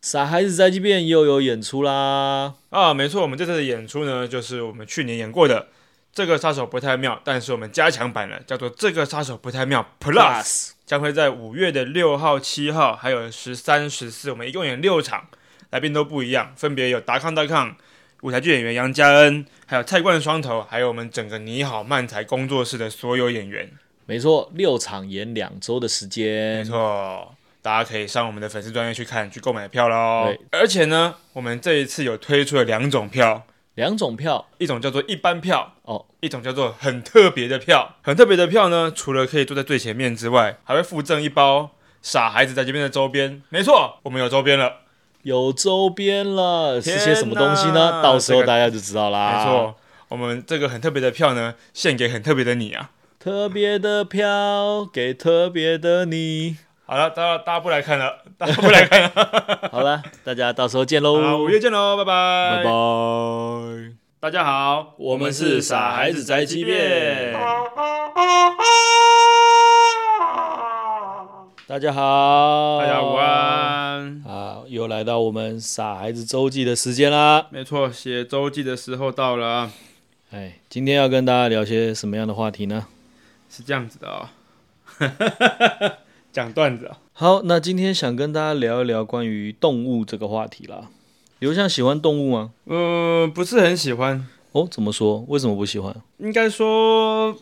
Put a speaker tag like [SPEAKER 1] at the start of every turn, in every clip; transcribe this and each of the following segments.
[SPEAKER 1] 傻孩子宅急便又有演出啦！
[SPEAKER 2] 啊，没错，我们这次的演出呢，就是我们去年演过的《这个杀手不太妙》，但是我们加强版了，叫做《这个杀手不太妙 Plus》，将会在五月的六号、七号，还有十三、十四，我们一共演六场，来宾都不一样，分别有达康、达康、舞台剧演员杨佳恩，还有蔡冠双头，还有我们整个你好漫才工作室的所有演员。
[SPEAKER 1] 没错，六场演两周的时
[SPEAKER 2] 没
[SPEAKER 1] 间，
[SPEAKER 2] 错，大家可以上我们的粉丝专页去看，去购买票喽
[SPEAKER 1] 对。
[SPEAKER 2] 而且呢，我们这一次有推出了两种票，
[SPEAKER 1] 两种票
[SPEAKER 2] 一种叫做一般票，
[SPEAKER 1] 哦，
[SPEAKER 2] 一种叫做很特别的票。很特别的票呢，除了可以坐在最前面之外，还会附赠一包傻孩子在这边的周边。没错，我们有周边了，
[SPEAKER 1] 有周边了，是
[SPEAKER 2] 天
[SPEAKER 1] 些什么东西呢？
[SPEAKER 2] 哪
[SPEAKER 1] 到时候
[SPEAKER 2] 这个
[SPEAKER 1] 大家就知道啦。
[SPEAKER 2] 没错。我们这个很特别的票呢，献给很特别的你啊！
[SPEAKER 1] 特别的票给特别的你。
[SPEAKER 2] 好了，大家大家不来看了， 大家不来看了。
[SPEAKER 1] 好 了，大家到时候见
[SPEAKER 2] 好，
[SPEAKER 1] 喽
[SPEAKER 2] 五，月见喽，拜拜。
[SPEAKER 1] 拜拜。
[SPEAKER 2] 大家好，
[SPEAKER 1] 我们是傻孩子宅急便大家好，
[SPEAKER 2] 大家午。安。
[SPEAKER 1] 啊，又来到我们傻孩子周记的时间啦。
[SPEAKER 2] 没错，写周记的时候到了啊，
[SPEAKER 1] 哎，今天要跟大家聊些什么样的话题呢？
[SPEAKER 2] 是这样子的啊、哦， 讲段子啊、
[SPEAKER 1] 好，那今天想跟大家聊一聊关于动物这个话题啦。刘向喜欢动物吗？
[SPEAKER 2] 嗯、不是很喜欢，
[SPEAKER 1] 哦，怎么说？为什么不喜欢？
[SPEAKER 2] 应该说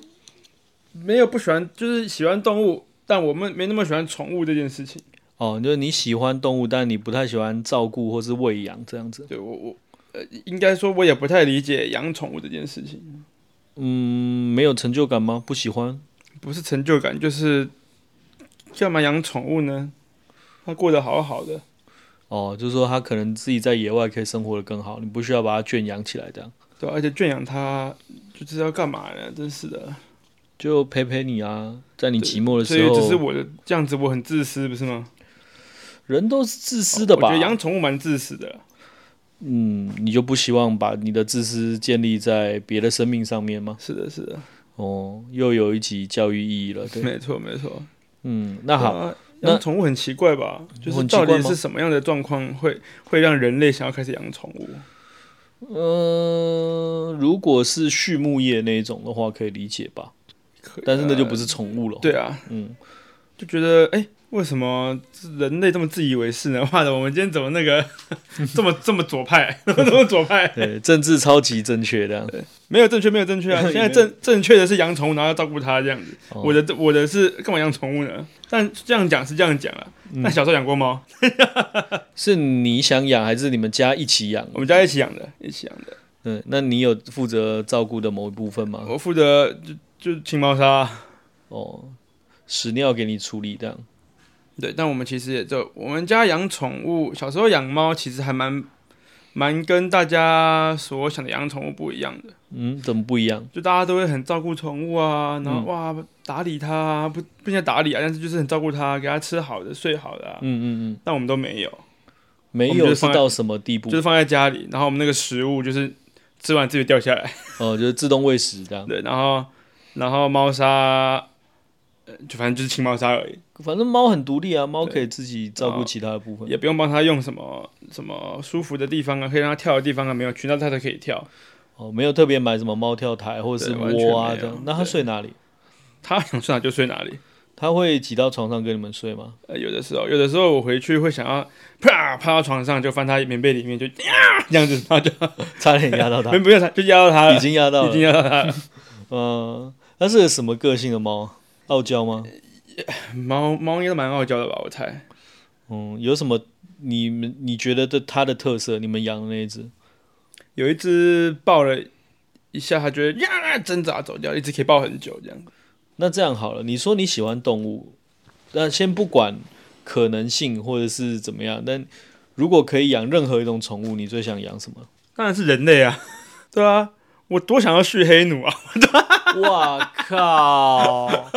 [SPEAKER 2] 没有不喜欢，就是喜欢动物，但我们没那么喜欢宠物这件事情。
[SPEAKER 1] 哦，就是你喜欢动物，但你不太喜欢照顾或是喂养这样子。
[SPEAKER 2] 对我我呃，应该说我也不太理解养宠物这件事情，
[SPEAKER 1] 嗯，没有成就感吗？不喜欢？
[SPEAKER 2] 不是成就感，就是干嘛养宠物呢？它过得好好的，
[SPEAKER 1] 哦，就是说它可能自己在野外可以生活的更好，你不需要把它圈养起来，这样
[SPEAKER 2] 对啊，而且圈养它就是要干嘛呢？真是的。
[SPEAKER 1] 就陪陪你啊，在你寂寞的
[SPEAKER 2] 所
[SPEAKER 1] 时
[SPEAKER 2] 以
[SPEAKER 1] 候。
[SPEAKER 2] 只是我的这样子，我很自私，不是吗？
[SPEAKER 1] 人都是自私的吧
[SPEAKER 2] 我觉？得养宠物蛮自私的啦。
[SPEAKER 1] 嗯，你就不希望把你的自私建立在别的生命上面吗？
[SPEAKER 2] 是的，是的，
[SPEAKER 1] 哦，又有一集教育意义了，对，
[SPEAKER 2] 没错，没错。
[SPEAKER 1] 嗯，那好，
[SPEAKER 2] 啊，
[SPEAKER 1] 那
[SPEAKER 2] 养宠物很奇怪吧？就是
[SPEAKER 1] 很奇
[SPEAKER 2] 到
[SPEAKER 1] 怪吗
[SPEAKER 2] 底是什么样的状况会会让人类想要开始养宠物？
[SPEAKER 1] 哦嗯、如果是畜牧业那一种的话，可以理解吧，
[SPEAKER 2] 可
[SPEAKER 1] 但是那就不
[SPEAKER 2] 呃
[SPEAKER 1] 是宠物了，
[SPEAKER 2] 对啊，
[SPEAKER 1] 嗯，
[SPEAKER 2] 就觉得哎、为什么人类这么自以为是呢？ 妈的，我们今天怎么那个 这么这么左派， 这么左派？
[SPEAKER 1] 对，政治超级正确这样，
[SPEAKER 2] 没有正确，没有 正确啊！现在正正确的是养宠物，然后要照顾它这样子。
[SPEAKER 1] 哦
[SPEAKER 2] 我的我的是干嘛养宠物呢？但这样讲是这样讲啊。
[SPEAKER 1] 嗯
[SPEAKER 2] 那小时候养过猫，
[SPEAKER 1] 是你想养还是你们家一起养？
[SPEAKER 2] 我们家一起养的，一起养的。
[SPEAKER 1] 嗯，那你有负责照顾的某一部分吗？
[SPEAKER 2] 我负责就就清猫砂，啊
[SPEAKER 1] 哦，屎尿给你处理这样，
[SPEAKER 2] 对。但我们其实也就我们家养宠物，小时候养猫其实还蛮蛮跟大家所想的养宠物不一样的。
[SPEAKER 1] 嗯，怎么不一样？
[SPEAKER 2] 就大家都会很照顾宠物啊，然后、哇打理它啊，不不应该打理啊，但是就是很照顾它，给它吃好的、睡好的、啊。
[SPEAKER 1] 嗯嗯嗯，
[SPEAKER 2] 但我们都没有，
[SPEAKER 1] 没
[SPEAKER 2] 我们就
[SPEAKER 1] 有
[SPEAKER 2] 是
[SPEAKER 1] 是
[SPEAKER 2] 放在
[SPEAKER 1] 到什么地步
[SPEAKER 2] 就？是放在家里，然后我们那个食物就是吃完自己掉下来，
[SPEAKER 1] 哦，就是自动喂食这样。
[SPEAKER 2] 对，然后然后猫砂，呃就反正就是清猫砂而已，
[SPEAKER 1] 反正猫很独立啊，猫可以自己照顾其他的部分。
[SPEAKER 2] 也不用帮它用什么什么舒服的地方啊，可以让它跳的地方啊，没有去，那它才可以跳。
[SPEAKER 1] 哦，没有特别买什么猫跳台或者是
[SPEAKER 2] 对完全
[SPEAKER 1] 窝啊
[SPEAKER 2] 没有
[SPEAKER 1] 这样。那它睡哪里？
[SPEAKER 2] 它想睡哪就睡哪里。
[SPEAKER 1] 它会挤到床上跟你们睡吗？
[SPEAKER 2] 呃，有的时候，有的时候我回去会想要啪趴到床上，就翻它棉被里面，就呀这样子，然后就
[SPEAKER 1] 差点压到它
[SPEAKER 2] 没，不用它，就压到它了，
[SPEAKER 1] 已经压到
[SPEAKER 2] 已经
[SPEAKER 1] 了。
[SPEAKER 2] 压到它了。
[SPEAKER 1] 嗯，它是个什么个性的猫？傲娇吗？
[SPEAKER 2] 猫猫应该都蛮傲娇的吧，我猜。
[SPEAKER 1] 嗯，有什么你们你觉得的它的特色？你们养的那一只？
[SPEAKER 2] 有一只抱了一下，它觉得呀挣扎走掉，一只可以抱很久这样。
[SPEAKER 1] 那这样好了，你说你喜欢动物，那先不管可能性或者是怎么样，但如果可以养任何一种宠物，你最想养什么？
[SPEAKER 2] 当然是人类啊，对啊，我多想要蓄黑奴啊！
[SPEAKER 1] 哇 靠！哇，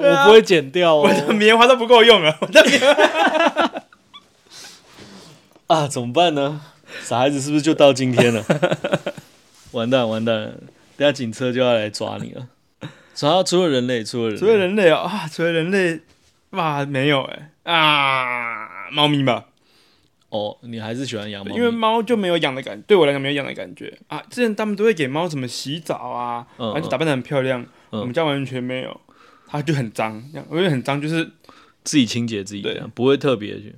[SPEAKER 2] 对啊
[SPEAKER 1] 我不会剪掉
[SPEAKER 2] 我
[SPEAKER 1] 哦
[SPEAKER 2] 的棉花都不够用啊！我的棉
[SPEAKER 1] 啊，怎么办呢？傻孩子是不是就到今天了？ 完蛋完蛋了，等下警车就要来抓你了。除了 除了人类，除了人类，
[SPEAKER 2] 欸除了人类啊，啊除了人类，哇，没有哎、啊！啊猫咪吧，
[SPEAKER 1] 哦，你还是喜欢养猫咪？
[SPEAKER 2] 因为猫就没有养的感，对我来讲没有养的感觉啊。之前他们都会给猫怎么洗澡啊，
[SPEAKER 1] 嗯
[SPEAKER 2] 然后就打扮的很漂亮，
[SPEAKER 1] 嗯
[SPEAKER 2] 我们家完全没有，它就很脏，这样我觉得很脏，就是
[SPEAKER 1] 自己清洁自己
[SPEAKER 2] 对
[SPEAKER 1] 这样，不会特别去。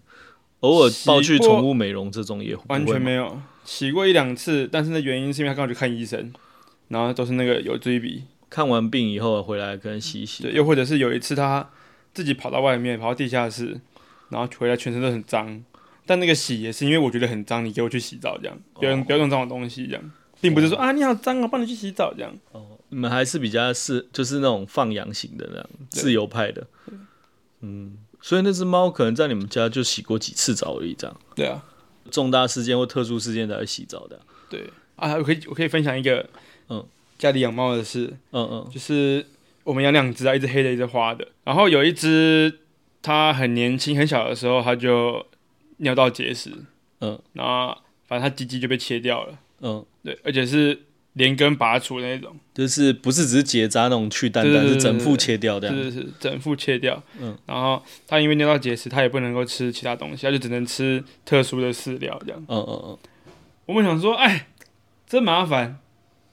[SPEAKER 1] 偶尔抱去
[SPEAKER 2] 洗过
[SPEAKER 1] 宠物美容这种也不会
[SPEAKER 2] 完全
[SPEAKER 1] 嘛
[SPEAKER 2] 没有洗过一两次，但是那原因是因为它刚好去看医生，然后都是那个有追鼻，
[SPEAKER 1] 看完病以后回来可能洗一洗
[SPEAKER 2] 对，，又或者是有一次它自己跑到外面，跑到地下室，然后回来全身都很脏，但那个洗也是因为我觉得很脏，你给我去洗澡这样，不
[SPEAKER 1] 哦
[SPEAKER 2] 要用、不要用脏的东西这样，并不是说、啊你好脏啊，帮你去洗澡这样。
[SPEAKER 1] 你们还是比较是就是那种放养型的那样自由派的，嗯，所以那只猫可能在你们家就洗过几次澡而已，这样
[SPEAKER 2] 对啊，
[SPEAKER 1] 重大事件或特殊事件才会洗澡的，
[SPEAKER 2] 对啊，我可以我可以分享一个，
[SPEAKER 1] 嗯，
[SPEAKER 2] 家里养猫的事，
[SPEAKER 1] 嗯嗯
[SPEAKER 2] 就是我们养两只啊，一只黑的，一只花的。然后有一只它很年轻，很小的时候它就尿道结石，
[SPEAKER 1] 嗯，
[SPEAKER 2] 然后反正它鸡鸡就被切掉了，
[SPEAKER 1] 嗯，
[SPEAKER 2] 对，而且是连根拔除的那种，
[SPEAKER 1] 就是不是只是结扎那种去蛋
[SPEAKER 2] 对
[SPEAKER 1] 蛋，
[SPEAKER 2] 对对
[SPEAKER 1] 是整副切掉这
[SPEAKER 2] 就
[SPEAKER 1] 样，
[SPEAKER 2] 是是整副切掉。
[SPEAKER 1] 嗯，
[SPEAKER 2] 然后它因为尿道结石，它也不能够吃其他东西，它就只能吃特殊的饲料这样。
[SPEAKER 1] 嗯嗯
[SPEAKER 2] 我们想说，哎，真麻烦，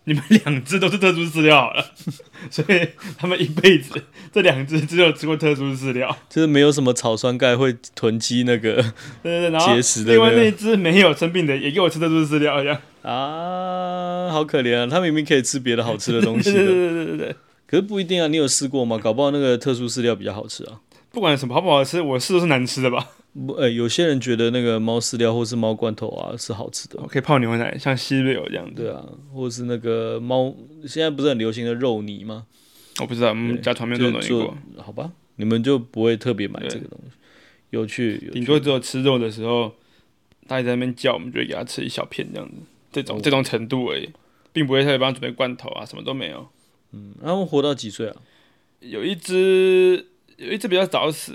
[SPEAKER 2] 你们两只都是特殊饲料好了， 所以他们一辈子这两只只有吃过特殊饲料
[SPEAKER 1] 嗯，，就是没有什么草酸钙会囤积那个
[SPEAKER 2] 对对对，然后
[SPEAKER 1] 结石的
[SPEAKER 2] 另外
[SPEAKER 1] 那个
[SPEAKER 2] 那一只没有生病的也给我吃特殊饲 料一样，
[SPEAKER 1] 啊，好可怜啊，它明明可以吃别的好吃的东西
[SPEAKER 2] 对对
[SPEAKER 1] 的，
[SPEAKER 2] 对对对对，
[SPEAKER 1] 可是不一定啊，你有试过吗？搞不好那个特殊饲料比较好吃啊。
[SPEAKER 2] 不管什么好不好吃，我试都是难吃的吧。
[SPEAKER 1] 不，呃、有些人觉得那个猫饲料或是猫罐头啊是好吃的，
[SPEAKER 2] 我可以泡牛奶，像西瑞有这样子，
[SPEAKER 1] 对啊，或是那个猫，现在不是很流行的肉泥吗？
[SPEAKER 2] 我不知道，我们家床面都
[SPEAKER 1] 就
[SPEAKER 2] 没有过，
[SPEAKER 1] 好吧，你们就不会特别买这个东西，有趣，有趣
[SPEAKER 2] 顶多只有吃肉的时候，大家在那边叫，我们就会给它吃一小片这样子，这
[SPEAKER 1] 哦
[SPEAKER 2] 种这种程度而已，并不会特别帮它准备罐头啊，什么都没有。
[SPEAKER 1] 嗯那他们活到几岁啊？
[SPEAKER 2] 有一只有一只比较早死，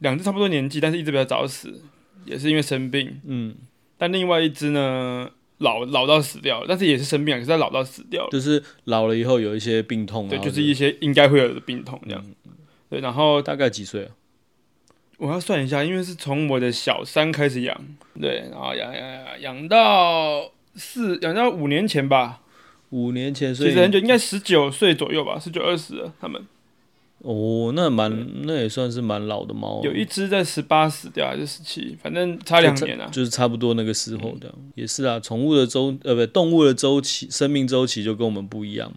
[SPEAKER 2] 两只差不多年纪，但是一只比较早死，也是因为生病。
[SPEAKER 1] 嗯，
[SPEAKER 2] 但另外一只呢，老老到死掉了，但是也是生病啊，可是它老到死掉了。
[SPEAKER 1] 就是老了以后有一些病痛啊，
[SPEAKER 2] 对，就
[SPEAKER 1] 或者
[SPEAKER 2] 是一些应该会有的病痛这样。
[SPEAKER 1] 嗯
[SPEAKER 2] 对，然后
[SPEAKER 1] 大概几岁啊？
[SPEAKER 2] 我要算一下，因为是从我的小三开始养，对，然后养养养养到四，养到五年前吧，
[SPEAKER 1] 五年前，所
[SPEAKER 2] 其
[SPEAKER 1] 以
[SPEAKER 2] 实很久，应该十九岁左右吧，十九二十了。他们
[SPEAKER 1] 哦，那蛮那也算是蛮老的猫啊、
[SPEAKER 2] 有一只在十八死掉，还是十七，反正差两
[SPEAKER 1] 就
[SPEAKER 2] 年啊。嗯
[SPEAKER 1] 就是差不多那个时候这样，也是啊。宠物的周呃不，动物的周期，生命周期就跟我们不一样嘛。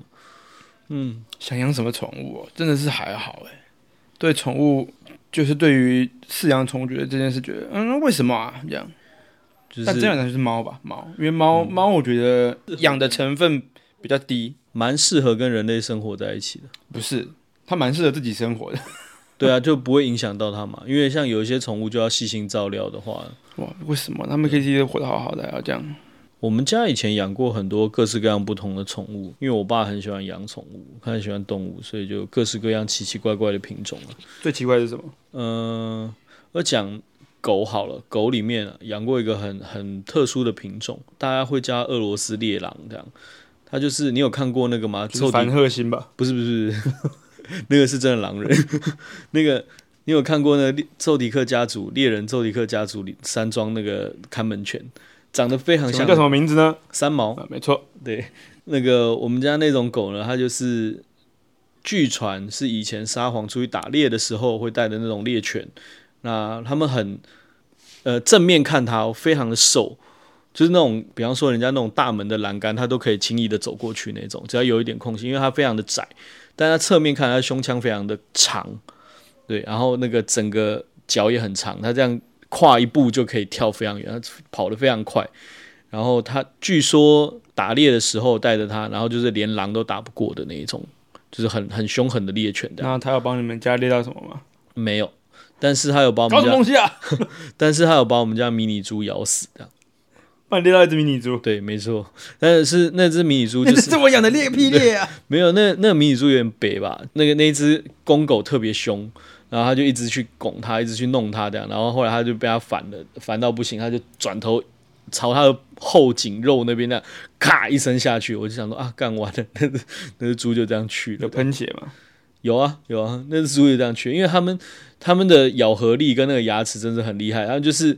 [SPEAKER 1] 嗯，
[SPEAKER 2] 想养什么宠物、哦，真的是还好哎。对宠物，就是对于饲养宠物，觉得这件事觉得，嗯，为什么啊？这样，
[SPEAKER 1] 就
[SPEAKER 2] 但这
[SPEAKER 1] 是
[SPEAKER 2] 样讲就是嗯猫吧，猫，因为猫猫，我觉得养的成分比较低，
[SPEAKER 1] 蛮适合跟人类生活在一起的。
[SPEAKER 2] 不是，它蛮适合自己生活的。
[SPEAKER 1] 对
[SPEAKER 2] 嗯
[SPEAKER 1] 啊，就不会影响到它嘛。因为像有一些宠物就要细心照料的话，
[SPEAKER 2] 哇，为什么它们可以自己活得好好的，还要啊这样？
[SPEAKER 1] 我们家以前养过很多各式各样不同的宠物，因为我爸很喜欢养宠物，他很喜欢动物，所以就各式各样奇奇怪怪的品种啊。
[SPEAKER 2] 最奇怪的是什么？
[SPEAKER 1] 嗯，我讲狗好了，狗里面啊养过一个很很特殊的品种，大家会叫它俄罗斯猎狼这样。它就是你有看过那个吗？
[SPEAKER 2] 就是
[SPEAKER 1] 臭
[SPEAKER 2] 凡
[SPEAKER 1] 迪
[SPEAKER 2] 赫星吧？
[SPEAKER 1] 不是不是，不是 那个是真的狼人。 那个你有看过那个猎臭迪克家族猎人臭迪克家族里山庄那个看门犬，长得非常
[SPEAKER 2] 请
[SPEAKER 1] 像
[SPEAKER 2] 问叫什么名字呢？
[SPEAKER 1] 三毛。
[SPEAKER 2] 啊，没错，
[SPEAKER 1] 对，那个我们家那种狗呢，它就是据传是以前沙皇出去打猎的时候会带的那种猎犬。那他们很呃正面看它、哦，非常的瘦，就是那种比方说人家那种大门的栏杆，它都可以轻易的走过去那种，只要有一点空隙，因为它非常的窄。但它侧面看，它胸腔非常的长，对，然后那个整个脚也很长，它这样跨一步就可以跳非常远，它跑得非常快。然后他据说打猎的时候带着它，然后就是连狼都打不过的那一种，就是很很凶狠的猎犬的。
[SPEAKER 2] 那它要帮你们家猎到什么吗？
[SPEAKER 1] 没有，但是他有把我
[SPEAKER 2] 搞
[SPEAKER 1] 们
[SPEAKER 2] 什
[SPEAKER 1] 家，
[SPEAKER 2] 么东西啊？
[SPEAKER 1] 但是他有把我们家迷你猪咬死的。
[SPEAKER 2] 帮你猎到一只迷你 猪，
[SPEAKER 1] 对，没错，但是那只迷你猪就
[SPEAKER 2] 那
[SPEAKER 1] 是
[SPEAKER 2] 是我养的猎屁猎啊！
[SPEAKER 1] 没有那那个迷你猪有点北吧，那个那一只公狗特别凶，然后他就一直去拱它，一直去弄它这样，然后后来他就被它烦了，烦到不行，他就转头朝他的后颈肉那边那样咔一声下去，我就想说啊，干完了，那只那只猪就这样去
[SPEAKER 2] 有
[SPEAKER 1] 了。
[SPEAKER 2] 喷血吗？
[SPEAKER 1] 有啊有啊，那只猪也这样缺，因为他们他们的咬合力跟那个牙齿真是很厉害。然后就是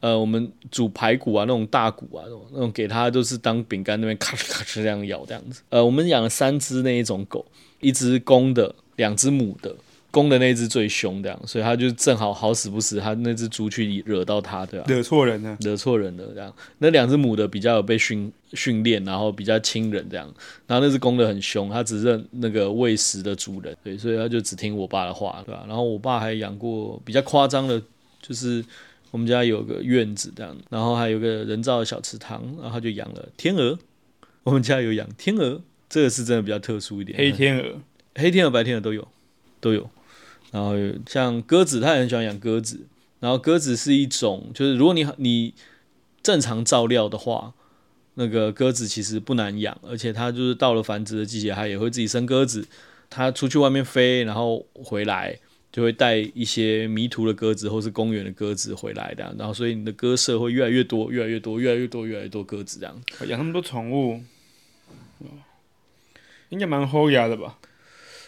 [SPEAKER 1] 呃，我们煮排骨啊，那种大骨啊，那种那种给它就是当饼干那边咔哧咔哧这样咬这样子。 呃，我们养了三只那一种狗，一只公的，两只母的。公的那一只最凶，这样，所以它就正好好死不死，它那只猪去惹到它，对吧、啊
[SPEAKER 2] 惹错人了。
[SPEAKER 1] 惹错人了，这样。那两只母的比较有被训训练，然后比较亲人这样。然后那只公的很凶，它只认那个喂食的主人，对，所以它就只听我爸的话，对吧、然后我爸还养过比较夸张的，就是我们家有个院子这样，然后还有个人造的小池塘，然后他就养了天鹅。我们家有养天鹅，这个是真的比较特殊一点，
[SPEAKER 2] 黑天鹅，
[SPEAKER 1] 黑天鹅、白天鹅都有，都有。然后有像鸽子，他也很喜欢养鸽子。然后鸽子是一种，就是如果你你正常照料的话，那个鸽子其实不难养，而且它就是到了繁殖的季节，它也会自己生鸽子。它出去外面飞，然后回来就会带一些迷途的鸽子或是公园的鸽子回来的。然后所以你的鸽舍会越来越多，越来越多，越来越多，越来越多鸽子这样。
[SPEAKER 2] 养那么多宠物，哦应该蛮齁牙的吧？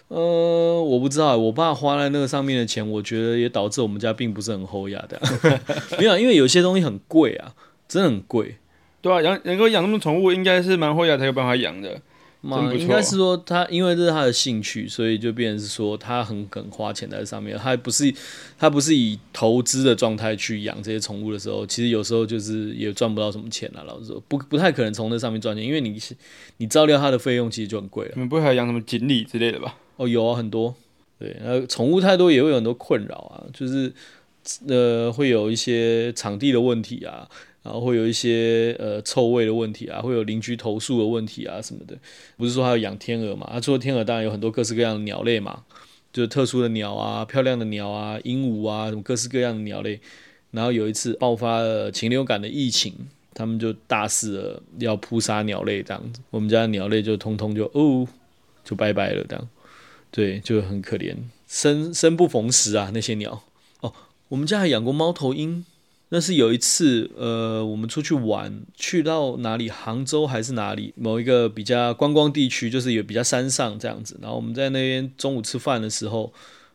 [SPEAKER 1] 呃，我不知道欸，我爸花在那个上面的钱，我觉得也导致我们家并不是很厚雅的。 没有啊，因为有些东西很贵啊，真的很贵。
[SPEAKER 2] 对啊，养能够养那么多宠物，应该是蛮齁牙才有办法养的。
[SPEAKER 1] 嘛
[SPEAKER 2] 真不错
[SPEAKER 1] 应该是说他，因为这是他的兴趣，所以就变成是说他很肯花钱在这上面。他不是他不是以投资的状态去养这些宠物的时候，其实有时候就是也赚不到什么钱啊。老实说，不不太可能从那上面赚钱，因为你你照料它的费用其实就很贵了。
[SPEAKER 2] 你们不会还养什么锦鲤之类的吧？
[SPEAKER 1] 哦，有啊，很多。对，那宠物太多也会有很多困扰啊，就是呃，会有一些场地的问题啊，然后会有一些呃臭味的问题啊，会有邻居投诉的问题啊什么的。不是说还有养天鹅嘛？啊，除了天鹅，当然有很多各式各样的鸟类嘛，就是特殊的鸟啊、漂亮的鸟啊、鹦鹉啊，什么各式各样的鸟类。然后有一次爆发了禽流感的疫情，他们就大肆的要扑杀鸟类这样子，我们家的鸟类就通通就哦就拜拜了这样。对，就很可怜，生生不逢时啊，那些鸟。哦，我们家还养过猫头鹰，那是有一次，呃，我们出去玩，去到哪里，杭州还是哪里，某一个比较观光地区，就是有比较山上这样子。然后我们在那边中午吃饭的时候，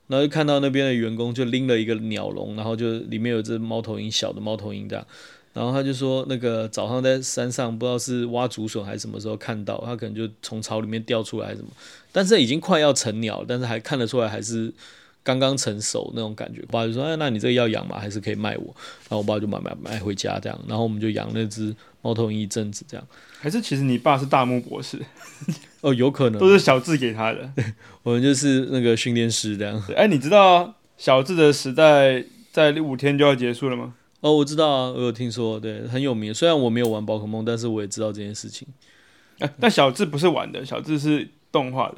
[SPEAKER 1] 然后就看到那边的员工就拎了一个鸟笼，然后就里面有只猫头鹰，小的猫头鹰这样。然后他就说，那个早上在山上不知道是挖竹笋还是什么时候看到，他可能就从巢里面掉出来还是什么。但是已经快要成鸟了，但是还看得出来还是刚刚成熟那种感觉。我爸就说：“哎，那你这个要养吗？还是可以卖我？”然后我爸就买买买回家这样，然后我们就养那只猫头鹰一阵子这样。
[SPEAKER 2] 还是其实你爸是大木博士，
[SPEAKER 1] 哦，有可
[SPEAKER 2] 都
[SPEAKER 1] 能
[SPEAKER 2] 是小智给他的。
[SPEAKER 1] 啊我们就是那个训练师这样。
[SPEAKER 2] 对哎，你知道小智的时代在五天就要结束了吗？
[SPEAKER 1] 哦，我知道啊，我有听说，对，很有名。虽然我没有玩宝可梦，但是我也知道这件事情。
[SPEAKER 2] 哎，但小智不是玩的，小智是动画的。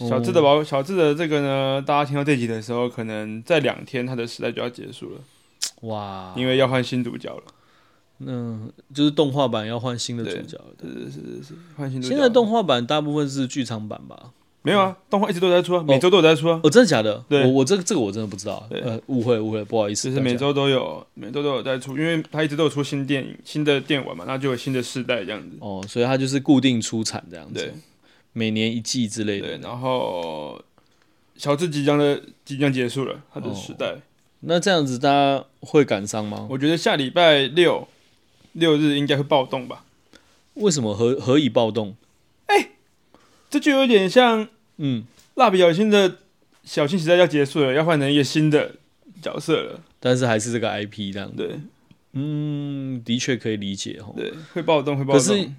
[SPEAKER 1] 哦
[SPEAKER 2] 小智的宝，小智的这个呢，大家听到这集的时候，可能在两天他的时代就要结束了，
[SPEAKER 1] 哇，
[SPEAKER 2] 因为要换新主角了。
[SPEAKER 1] 嗯，就是动画版要换新的主角了。
[SPEAKER 2] 换新主角
[SPEAKER 1] 现在
[SPEAKER 2] 了。
[SPEAKER 1] 动画版大部分是剧场版吧？
[SPEAKER 2] 没有啊，动画一直都有在出啊，每周都有在出啊，
[SPEAKER 1] 哦，真的假的？
[SPEAKER 2] 对
[SPEAKER 1] 我我这个这个我真的不知道。呃，误会误会，不好意思。
[SPEAKER 2] 就是
[SPEAKER 1] 大家
[SPEAKER 2] 每周都有，每周都有在出，因为他一直都有出新电影、新的电玩嘛，那就有新的世代这样子。
[SPEAKER 1] 哦，所以它就是固定出产这样
[SPEAKER 2] 对
[SPEAKER 1] 子，每年一季之类的。
[SPEAKER 2] 对，然后小智即将的即将结束了他的时代，
[SPEAKER 1] 哦那这样子大家会感伤吗？
[SPEAKER 2] 我觉得下礼拜六六日应该会暴动吧，
[SPEAKER 1] 为什么何何以暴动？
[SPEAKER 2] 这就有点像
[SPEAKER 1] 嗯，
[SPEAKER 2] 蜡笔小新的小新时代要结束了，要换成一个新的角色了。
[SPEAKER 1] 但是还是这个 IP 这样子。
[SPEAKER 2] 对
[SPEAKER 1] 嗯，的确可以理解哦。
[SPEAKER 2] 对，会暴动，会暴
[SPEAKER 1] 可是
[SPEAKER 2] 动。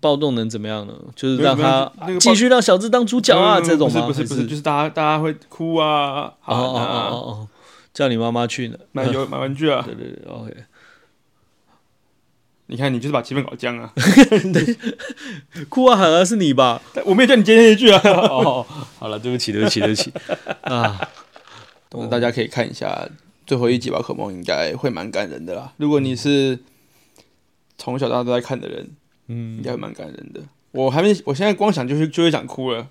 [SPEAKER 1] 暴动能怎么样呢？就是
[SPEAKER 2] 没有
[SPEAKER 1] 让他
[SPEAKER 2] 没有那个暴
[SPEAKER 1] 继续让小智当主角啊，
[SPEAKER 2] 嗯
[SPEAKER 1] 这种吗？
[SPEAKER 2] 不是不是不
[SPEAKER 1] 还
[SPEAKER 2] 是，就是大家大家会哭啊，
[SPEAKER 1] 哦哦哦
[SPEAKER 2] 喊
[SPEAKER 1] 哦
[SPEAKER 2] 啊，
[SPEAKER 1] 哦，叫你妈妈去呢。
[SPEAKER 2] 买游买玩具啊。
[SPEAKER 1] 对对对，OK。
[SPEAKER 2] 你看，你就是把气氛搞僵啊！
[SPEAKER 1] 哭啊喊啊是你 吧？
[SPEAKER 2] 但我没有叫你接那一句啊。
[SPEAKER 1] 哦，好了，对不起对不起对不起啊。
[SPEAKER 2] 那大家可以看一下最后一集《宝可梦》，应该会蛮感人的啦。如果你是从小到大都在看的人，
[SPEAKER 1] 嗯
[SPEAKER 2] 应，该会蛮感人的。我还没，我现在光想就是就会想哭了。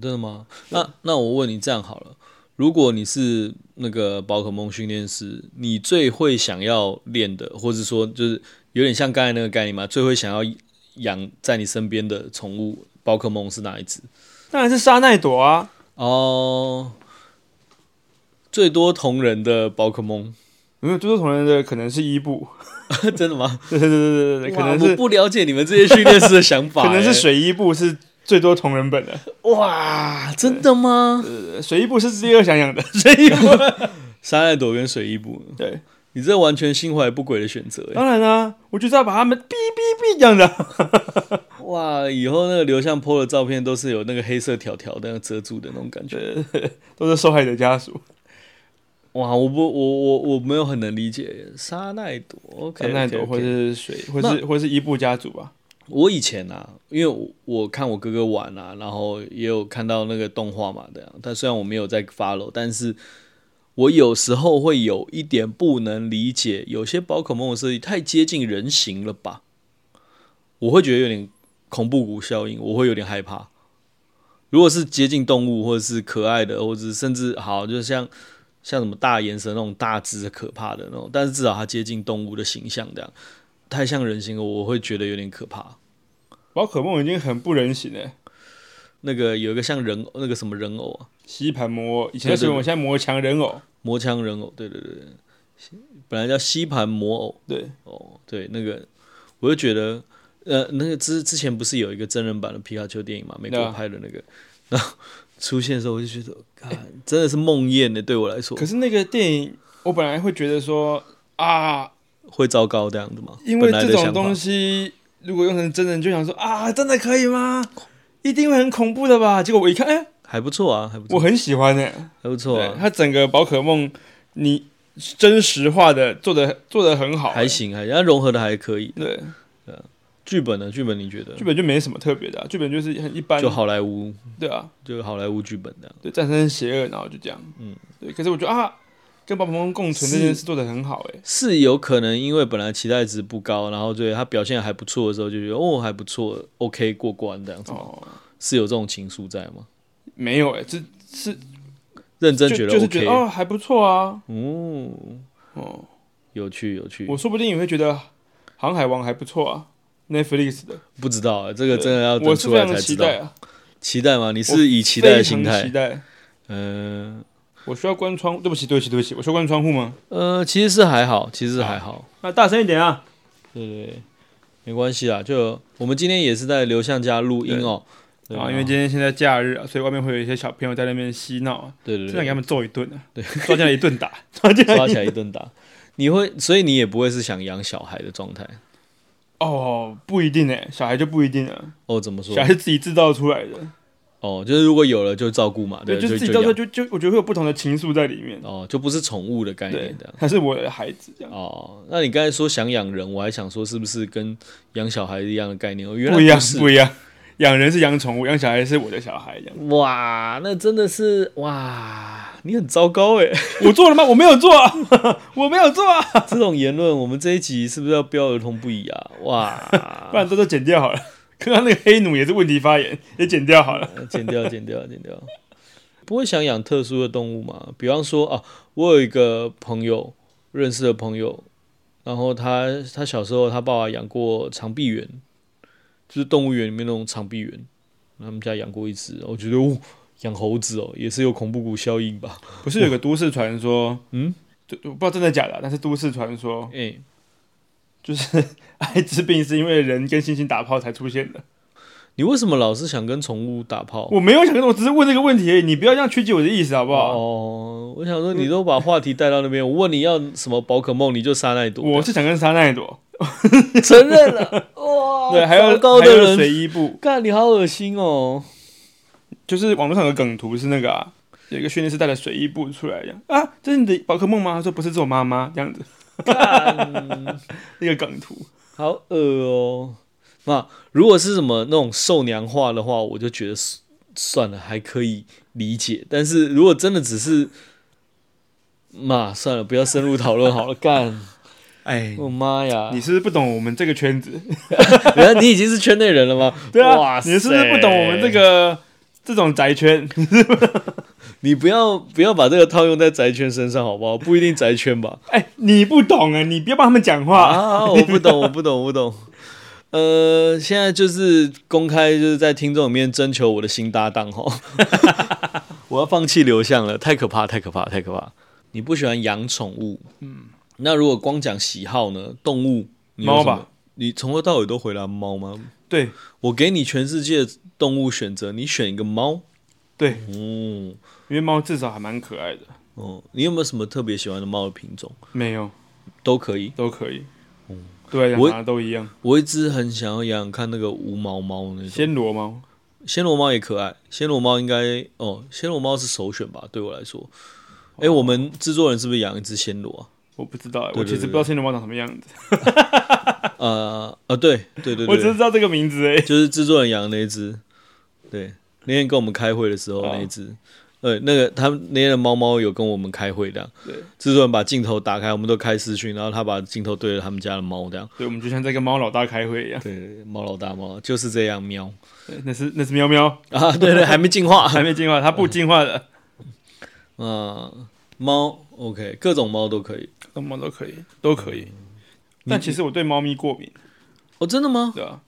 [SPEAKER 1] 真的吗？那那我问你这样好了，如果你是那个宝可梦训练师，你最会想要练的，或者说就是有点像刚才那个概念嘛，最会想要养在你身边的宠物宝可梦是哪一只？
[SPEAKER 2] 当然是沙奈朵啊，
[SPEAKER 1] 哦，最多同人的宝可梦，
[SPEAKER 2] 没有最多同人的可能是伊布，
[SPEAKER 1] 真的吗？
[SPEAKER 2] 对对对对对对，可
[SPEAKER 1] 哇
[SPEAKER 2] 能
[SPEAKER 1] 我
[SPEAKER 2] 是
[SPEAKER 1] 不了解你们这些训练师的想法、
[SPEAKER 2] 可能是
[SPEAKER 1] 欸
[SPEAKER 2] 水伊布是最多同人本的，
[SPEAKER 1] 哇，真的吗？
[SPEAKER 2] 呃水伊布是第二想养的，水伊布。
[SPEAKER 1] 沙奈朵跟水伊布，
[SPEAKER 2] 对，
[SPEAKER 1] 你这完全心怀不轨的选择、欸。
[SPEAKER 2] 当然啦、我就是要把他们哔哔哔这样的。
[SPEAKER 1] 哇，以后那个刘向坡的照片都是有那个黑色条条那个遮住的那种感觉。
[SPEAKER 2] 对，都是受害者家属。
[SPEAKER 1] 哇，我不，我我我没有很能理解沙奈朵，OK，
[SPEAKER 2] 甘奈朵或是水，或是或是伊布家族吧。
[SPEAKER 1] 我以前啊，因为我我看我哥哥玩啊，然后也有看到那个动画嘛，这样。但虽然我没有在 follow，但是我有时候会有一点不能理解，有些宝可梦的设计太接近人形了吧？我会觉得有点恐怖谷效应，我会有点害怕。如果是接近动物，或者是可爱的，或者是甚至好，就像像什么大岩蛇那种大只的可怕的那种，但是至少它接近动物的形象，这样太像人形了，我会觉得有点可怕。
[SPEAKER 2] 宝可梦已经很不人形了，
[SPEAKER 1] 那个有一个像人那个什么人偶啊，
[SPEAKER 2] 吸盘魔偶以前
[SPEAKER 1] 对对
[SPEAKER 2] 是
[SPEAKER 1] 对
[SPEAKER 2] 我现在魔强人偶，
[SPEAKER 1] 魔枪人偶，对对对对，本来叫吸盘魔偶
[SPEAKER 2] 对，
[SPEAKER 1] 哦，对那个，我就觉得，呃，那个之之前不是有一个真人版的皮卡丘电影嘛，美
[SPEAKER 2] 对
[SPEAKER 1] 国
[SPEAKER 2] 啊
[SPEAKER 1] 拍的那个，然后出现的时候我就觉得，看真的是梦魇的，对我来说
[SPEAKER 2] 可是那个电影，我本来会觉得说啊，
[SPEAKER 1] 会糟糕这样子吗？
[SPEAKER 2] 因
[SPEAKER 1] 本
[SPEAKER 2] 为
[SPEAKER 1] 来
[SPEAKER 2] 这
[SPEAKER 1] 的
[SPEAKER 2] 种
[SPEAKER 1] 想
[SPEAKER 2] 东
[SPEAKER 1] 法，
[SPEAKER 2] 西如果用成真人，就想说啊，真的可以吗？一定会很恐怖的吧？结果我一看，哎、
[SPEAKER 1] 还不错啊，还不错，
[SPEAKER 2] 我很喜欢哎、
[SPEAKER 1] 还不错
[SPEAKER 2] 对，
[SPEAKER 1] 啊，
[SPEAKER 2] 它整个宝可梦你真实化的做的做的很好、欸
[SPEAKER 1] 还行还行，它融合的还可以。
[SPEAKER 2] 对，
[SPEAKER 1] 剧本呢？剧本你觉得
[SPEAKER 2] 剧本就没什么特别的啊、剧本就是很一般
[SPEAKER 1] 就，好莱坞，
[SPEAKER 2] 对啊，
[SPEAKER 1] 就好莱坞剧本这样。
[SPEAKER 2] 对，战胜邪恶，然后就这样，嗯，对。可是我觉得啊，跟宝可梦共存这件事做的很好、哎，
[SPEAKER 1] 是有可能因为本来期待值不高，然后对他表现还不错的时候，就觉得哦还不错，OK 过关这样子，
[SPEAKER 2] 哦，
[SPEAKER 1] 是有这种情愫在吗？
[SPEAKER 2] 没有、哎，这是
[SPEAKER 1] 认真
[SPEAKER 2] 就
[SPEAKER 1] 觉得
[SPEAKER 2] 就是觉
[SPEAKER 1] OK，
[SPEAKER 2] 得哦还不错啊，
[SPEAKER 1] 哦，
[SPEAKER 2] 哦，
[SPEAKER 1] 有趣有趣，
[SPEAKER 2] 我说不定也会觉得《航海王》还不错啊，Netflix 的，
[SPEAKER 1] 不知道啊，这个真的要等
[SPEAKER 2] 我是
[SPEAKER 1] 出
[SPEAKER 2] 非
[SPEAKER 1] 来
[SPEAKER 2] 常
[SPEAKER 1] 才
[SPEAKER 2] 期
[SPEAKER 1] 知道。
[SPEAKER 2] 待啊，
[SPEAKER 1] 期待吗？你
[SPEAKER 2] 我
[SPEAKER 1] 是以期
[SPEAKER 2] 期
[SPEAKER 1] 待的心态
[SPEAKER 2] 期，待。
[SPEAKER 1] 嗯
[SPEAKER 2] 我需要关窗，对不起，对不起，对不起，我需要关窗户吗？
[SPEAKER 1] 呃其实是还好，其实是还好，
[SPEAKER 2] 那大声一点啊！
[SPEAKER 1] 对对对，没关系啦，就我们今天也是在刘向家录音哦，对
[SPEAKER 2] 啊，因为今天现在假日啊，所以外面会有一些小朋友在那边嬉闹啊，
[SPEAKER 1] 对对
[SPEAKER 2] 真
[SPEAKER 1] 对
[SPEAKER 2] 想给他们揍一顿啊，
[SPEAKER 1] 对
[SPEAKER 2] 抓进来一顿打，抓进 来
[SPEAKER 1] 抓起来一顿打，你会，所以你也不会是想养小孩的状态
[SPEAKER 2] 哦，不一定哎，小孩就不一定了，
[SPEAKER 1] 哦？怎么说
[SPEAKER 2] 小？孩是自己制造出来的，
[SPEAKER 1] 哦，就是如果有了就照顾嘛，对，
[SPEAKER 2] 啊对，就是自己
[SPEAKER 1] 就
[SPEAKER 2] 造出
[SPEAKER 1] 养
[SPEAKER 2] 来就就我觉得会有不同的情愫在里面，
[SPEAKER 1] 哦，就不是宠物的概
[SPEAKER 2] 对
[SPEAKER 1] 念这样。，
[SPEAKER 2] 他是我的孩子这样，
[SPEAKER 1] 哦，那你刚才说想养人，我还想说是不是跟养小孩一样的概念？哦，原来
[SPEAKER 2] 不一样
[SPEAKER 1] 是
[SPEAKER 2] 不一样，养人是养宠物，养小孩是我的小孩这样，
[SPEAKER 1] 哇，那真的是哇，你很糟糕哎！
[SPEAKER 2] 我做了吗？我没有做啊， 我没有做啊，
[SPEAKER 1] 这种言论，我们这一集是不是要标儿童不宜啊？哇，
[SPEAKER 2] 不然都都剪掉好了。 刚刚那个黑奴也是问题发言，也剪掉好了。
[SPEAKER 1] 剪掉，剪掉，剪掉。不会想养特殊的动物吗？比方说啊，我有一个朋友认识的朋友，然后他他小时候他爸爸养过长臂猿，就是动物园里面那种长臂猿，他们家养过一只，我觉得哦，养猴子哦，也是有恐怖谷效应吧？
[SPEAKER 2] 不是有个都市传 说，
[SPEAKER 1] 嗯，
[SPEAKER 2] 就我不知道真的假的啊，但是都市传说
[SPEAKER 1] 哎、
[SPEAKER 2] 就是艾滋病是因为人跟猩猩打炮才出现的。
[SPEAKER 1] 你为什么老是想跟宠物打炮？
[SPEAKER 2] 我没有想跟，我只是问这个问题而已，你不要这样曲解我的意思好不好？
[SPEAKER 1] 哦，我想说你都把话题带到那边，我问你要什么宝可梦，你就杀那一朵，
[SPEAKER 2] 我是想跟沙奈朵，
[SPEAKER 1] 承认了哇，
[SPEAKER 2] 对，还有
[SPEAKER 1] 糟糕
[SPEAKER 2] 还
[SPEAKER 1] 哦的
[SPEAKER 2] 有
[SPEAKER 1] 人
[SPEAKER 2] 水伊布，
[SPEAKER 1] 干，你好恶心哦！
[SPEAKER 2] 就是网络上有个梗图是那个啊，有一个训练师带了水伊布出来，这样啊，这是你的宝可梦吗？他说不是，这是我妈妈，这样子，
[SPEAKER 1] 干，
[SPEAKER 2] 那个梗图。
[SPEAKER 1] 好恶哦。那如果是什么那种受娘化的话，我就觉得算算了，还可以理解。但是如果真的只是，嘛，算了，不要深入讨论 好了。干，
[SPEAKER 2] 哎，
[SPEAKER 1] 我妈呀！
[SPEAKER 2] 你是不是不懂我们这个圈子，
[SPEAKER 1] 原来你已经是圈内人了吗？
[SPEAKER 2] 对啊，
[SPEAKER 1] 哇塞
[SPEAKER 2] 你是不是不懂我们这？个这种宅圈？
[SPEAKER 1] 你不要不要把这个套用在宅圈身上好不好？不一定宅圈吧。
[SPEAKER 2] 哎，你不懂啊，你不要帮他们讲话。
[SPEAKER 1] 啊，我不 懂，我不懂，我不懂。呃，现哦 在就是公开，就是在听众里面征求我的新搭档哈。我要放弃流向了，太可怕，太可怕，太可怕！你不喜欢养宠物，嗯，那如果光讲喜好呢？动物，你有
[SPEAKER 2] 猫
[SPEAKER 1] 什么
[SPEAKER 2] 吧？
[SPEAKER 1] 你从头到尾都回答猫吗？
[SPEAKER 2] 对
[SPEAKER 1] 我给你全世界动物选择，你选一个猫。
[SPEAKER 2] 对，
[SPEAKER 1] 哦
[SPEAKER 2] 因为猫至少还蛮可爱的，
[SPEAKER 1] 哦，你有没有什么特别喜欢的猫的品种？
[SPEAKER 2] 没有
[SPEAKER 1] 都可以。
[SPEAKER 2] 都可以。对，
[SPEAKER 1] 哦我
[SPEAKER 2] 养啥都一样。
[SPEAKER 1] 我一直很想要养养看那个无毛猫那种，
[SPEAKER 2] 暹罗猫，
[SPEAKER 1] 暹罗猫也可爱。暹罗猫应该哦，暹罗猫是首选吧？对我来说，
[SPEAKER 2] 哦
[SPEAKER 1] 哎、我们制作人是不是养一只暹罗啊？
[SPEAKER 2] 我不知道欸，
[SPEAKER 1] 对
[SPEAKER 2] 我
[SPEAKER 1] 对
[SPEAKER 2] 其实
[SPEAKER 1] 对
[SPEAKER 2] 不知道暹罗猫长什么样子，
[SPEAKER 1] 呃呃，对对对
[SPEAKER 2] 我只是
[SPEAKER 1] 对，
[SPEAKER 2] 知道这个名字哎。
[SPEAKER 1] 就是制作人养的那一只，对，那天跟我们开会的时候
[SPEAKER 2] 哦
[SPEAKER 1] 那一只，对，那个他们那天的猫猫有跟我们开会这样
[SPEAKER 2] 对，
[SPEAKER 1] 制作人把镜头打开，我们都开视讯，然后他把镜头对着他们家的猫这样，
[SPEAKER 2] 对，我们就像在跟猫老大开会一样。
[SPEAKER 1] 对，猫老大猫就是这样喵
[SPEAKER 2] 对那是那是喵 喵，
[SPEAKER 1] 啊，对对，还没进化，
[SPEAKER 2] 还没进化，它不进化的，
[SPEAKER 1] 嗯，猫 OK，各种猫都可以，
[SPEAKER 2] 什么都可以，嗯都可以。但其实我对猫咪过敏，
[SPEAKER 1] 哦，真的吗？
[SPEAKER 2] 对啊，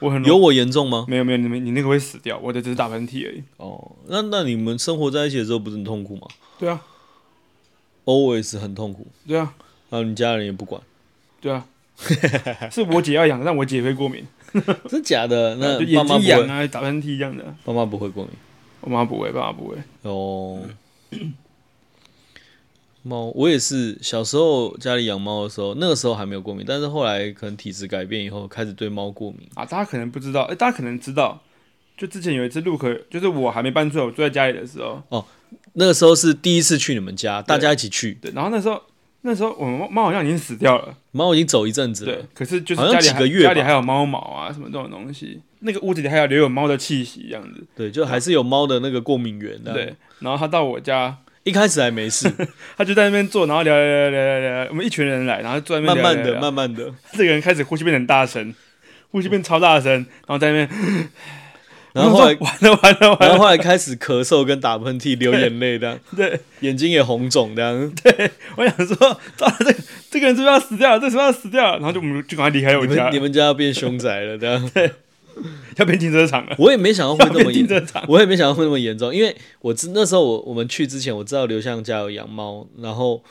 [SPEAKER 2] 我很容
[SPEAKER 1] 有我严重吗？
[SPEAKER 2] 没有没有，你们你那个会死掉，我的只是打喷嚏而已。
[SPEAKER 1] 哦，那那你们生活在一起的时候不是很痛苦吗
[SPEAKER 2] 对啊，
[SPEAKER 1] ？always 很痛苦，
[SPEAKER 2] 对啊，
[SPEAKER 1] 然后你家人也不管。
[SPEAKER 2] 对 啊，是我姐要养，但我姐会过敏，
[SPEAKER 1] 真假的？那爸
[SPEAKER 2] 就眼
[SPEAKER 1] 妈
[SPEAKER 2] 睛
[SPEAKER 1] 不
[SPEAKER 2] 痒
[SPEAKER 1] 会，
[SPEAKER 2] 啊，打喷嚏这样的。
[SPEAKER 1] 爸妈不会过敏
[SPEAKER 2] 我妈不会，爸妈不会。
[SPEAKER 1] 哦。猫，我也是小时候家里养猫的时候，那个时候还没有过敏，但是后来可能体质改变以后，开始对猫过敏。
[SPEAKER 2] 啊，大家可能不知道，哎、大家可能知道，就之前有一次 Look，就是我还没搬出来，我住在家里的时候，
[SPEAKER 1] 那个时候是第一次去你们家，大家一起去，
[SPEAKER 2] 对，然后那时候那时候我们猫好像已经死掉了，
[SPEAKER 1] 猫已经走一阵子
[SPEAKER 2] 对
[SPEAKER 1] 了。，
[SPEAKER 2] 可是就是
[SPEAKER 1] 好像
[SPEAKER 2] 家里
[SPEAKER 1] 几
[SPEAKER 2] 还
[SPEAKER 1] 个月吧
[SPEAKER 2] 家里还有猫毛啊什么这种东西，那个屋子里还有留有猫的气息这样子，
[SPEAKER 1] 对，就还是有猫的那个过敏源的。，
[SPEAKER 2] 对，然后他到我家，
[SPEAKER 1] 一开始还没 事，
[SPEAKER 2] 他就在那边坐，然后聊聊聊聊聊聊，我们一群人来，然后坐在那
[SPEAKER 1] 慢
[SPEAKER 2] 边
[SPEAKER 1] 慢
[SPEAKER 2] 聊聊
[SPEAKER 1] 的、
[SPEAKER 2] 聊
[SPEAKER 1] 慢慢的，
[SPEAKER 2] 这个人开始呼吸变得很大声，呼吸变超大声，然后在那边，
[SPEAKER 1] 然后后来，
[SPEAKER 2] 完了完了完
[SPEAKER 1] 然
[SPEAKER 2] 了，
[SPEAKER 1] 后后来开始咳嗽跟打喷嚏、流眼泪的，
[SPEAKER 2] 对，
[SPEAKER 1] 眼睛也红肿的。
[SPEAKER 2] 我想说，到底这个这个人是不是要死掉了？这是不是要死掉了？然后就我们就赶快离开我
[SPEAKER 1] 你
[SPEAKER 2] 家
[SPEAKER 1] 们你，们家要变凶宅了，这样。
[SPEAKER 2] 要变停车场了，
[SPEAKER 1] 我也没想到会
[SPEAKER 2] 要
[SPEAKER 1] 那么
[SPEAKER 2] 变停
[SPEAKER 1] 严
[SPEAKER 2] 车场。
[SPEAKER 1] 我也没想到会那么严重，因为我知那时候我我们去之前，我知道刘向家有养猫，然后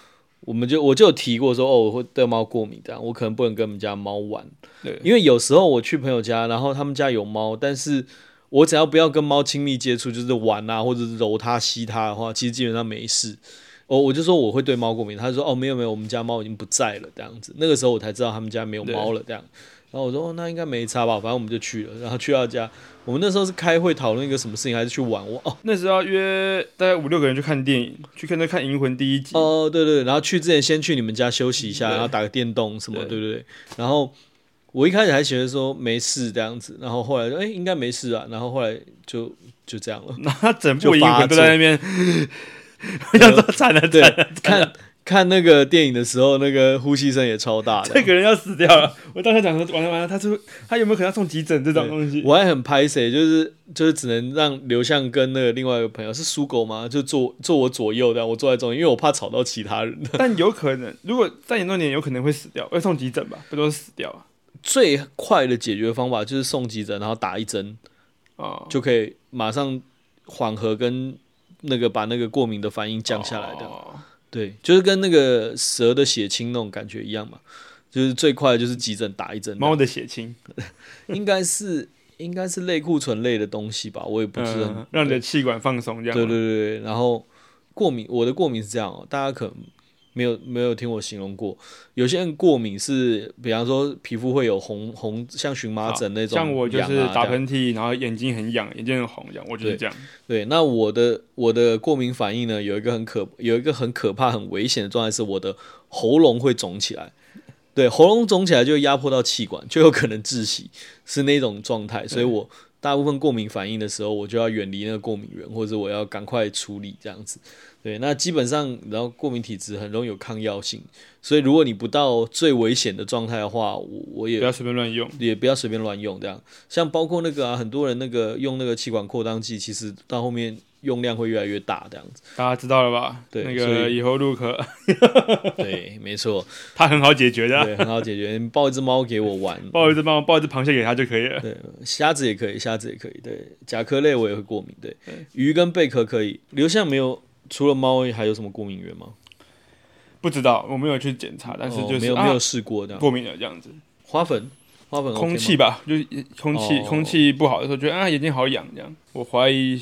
[SPEAKER 1] 我们就我就有提过说，哦，我会对猫过敏，这样我可能不能跟我们家猫玩，
[SPEAKER 2] 对
[SPEAKER 1] 因为有时候我去朋友家，然后他们家有猫，但是我只要不要跟猫亲密接触，就是玩啊，或者是揉它、吸它的话，其实基本上没事。哦我、我就说我会对猫过敏，他就说哦没有没有，我们家猫已经不在了这样子。那个时候我才知道他们家没有猫了这样。然后我说哦那应该没差吧，反正我们就去了。然后去到家，我们那时候是开会讨论一个什么事情，还是去玩？我哦
[SPEAKER 2] 那时候要约大概五六个人去看电影，去看那看《银魂》第一集。
[SPEAKER 1] 哦对对，对然后去之前先去你们家休息一下，
[SPEAKER 2] 对
[SPEAKER 1] 然后打个电动什么，
[SPEAKER 2] 对
[SPEAKER 1] 嗯对对对。然后我一开始还觉得说没事这样子，然后后来就哎应该没事啊，然后后来就就这样 了。
[SPEAKER 2] 然后他整
[SPEAKER 1] 就
[SPEAKER 2] 部《银
[SPEAKER 1] 发
[SPEAKER 2] 魂》都在那边， 我想说惨了，
[SPEAKER 1] 对
[SPEAKER 2] 惨
[SPEAKER 1] 看
[SPEAKER 2] 了，，
[SPEAKER 1] 看那个电影的时候，那个呼吸声也超大 的。
[SPEAKER 2] 这个人要死掉了。我当时想说，完了完了，他是不是他有没有可能要送急诊这种东西？
[SPEAKER 1] 我还很拍谁，就是就是只能让刘向跟那个另外一个朋友是苏狗吗？就坐坐我左右的，我坐在中间，因为我怕吵到其他人。
[SPEAKER 2] 但有可能，如果再严重一点，有可能会死掉，会送急诊吧？不都是死掉啊？
[SPEAKER 1] 最快的解决方法就是送急诊，然后打一针
[SPEAKER 2] 哦，
[SPEAKER 1] 就可以马上缓和跟那个把那个过敏的反应降下来的。
[SPEAKER 2] 哦
[SPEAKER 1] 对，就是跟那个蛇的血清那种感觉一样嘛，就是最快的就是急诊打一针。
[SPEAKER 2] 猫的血清，
[SPEAKER 1] 应该是应该是类固醇类的东西吧，我也不是很、
[SPEAKER 2] 嗯，啊让你的气管放松这样
[SPEAKER 1] 对
[SPEAKER 2] 吗。
[SPEAKER 1] 对对对，然后过敏，我的过敏是这样哦，大家可能没有没有听我形容过，有些人过敏是，比方说皮肤会有红红，像荨麻疹那种、
[SPEAKER 2] 像我就
[SPEAKER 1] 痒
[SPEAKER 2] 是
[SPEAKER 1] 啊
[SPEAKER 2] 打
[SPEAKER 1] 这样
[SPEAKER 2] 喷嚏，然后眼睛很痒，眼睛很红，这样我就是这样。
[SPEAKER 1] 对，那我的我的过敏反应呢，有一个很可有一个很可怕、很危险的状态是我的喉咙会肿起来。对，喉咙肿起来就会压迫到气管，就有可能窒息，是那种状态。所以我大部分过敏反应的时候，我就要远离那个过敏源，或者我要赶快处理这样子。对，那基本上，然后过敏体质很容易有抗药性，所以如果你不到最危险的状态的话，我我也
[SPEAKER 2] 不要随便乱用。
[SPEAKER 1] 也不要随啊便乱用，这样像包括那个啊，很多人那个用那个气管扩张剂，其实到后面用量会越来越大，这样 子。
[SPEAKER 2] 大家知道了吧？
[SPEAKER 1] 对
[SPEAKER 2] 那
[SPEAKER 1] 所
[SPEAKER 2] 个
[SPEAKER 1] 以
[SPEAKER 2] 以后入 壳
[SPEAKER 1] 对，没 错，
[SPEAKER 2] 它很好解决的，啊
[SPEAKER 1] 对，很好解决。你抱一只猫给我 玩，
[SPEAKER 2] 抱一只猫，抱一只螃蟹给它就可以了。
[SPEAKER 1] 对，虾子也可以，虾子也可以。对，甲壳类我也会过敏。对，鱼跟贝壳可以。刘向没有，除了猫还有什么过敏源吗？
[SPEAKER 2] 不知道，我没有去检查，但是
[SPEAKER 1] 哦
[SPEAKER 2] 就是、
[SPEAKER 1] 没有、
[SPEAKER 2] 啊
[SPEAKER 1] 没有试过这样。
[SPEAKER 2] 过敏了这样子。
[SPEAKER 1] 花粉，花粉 OK 吗、
[SPEAKER 2] 空气吧，就是空气、
[SPEAKER 1] 哦
[SPEAKER 2] 空气不好的时候，觉得啊眼睛好痒这样。我怀疑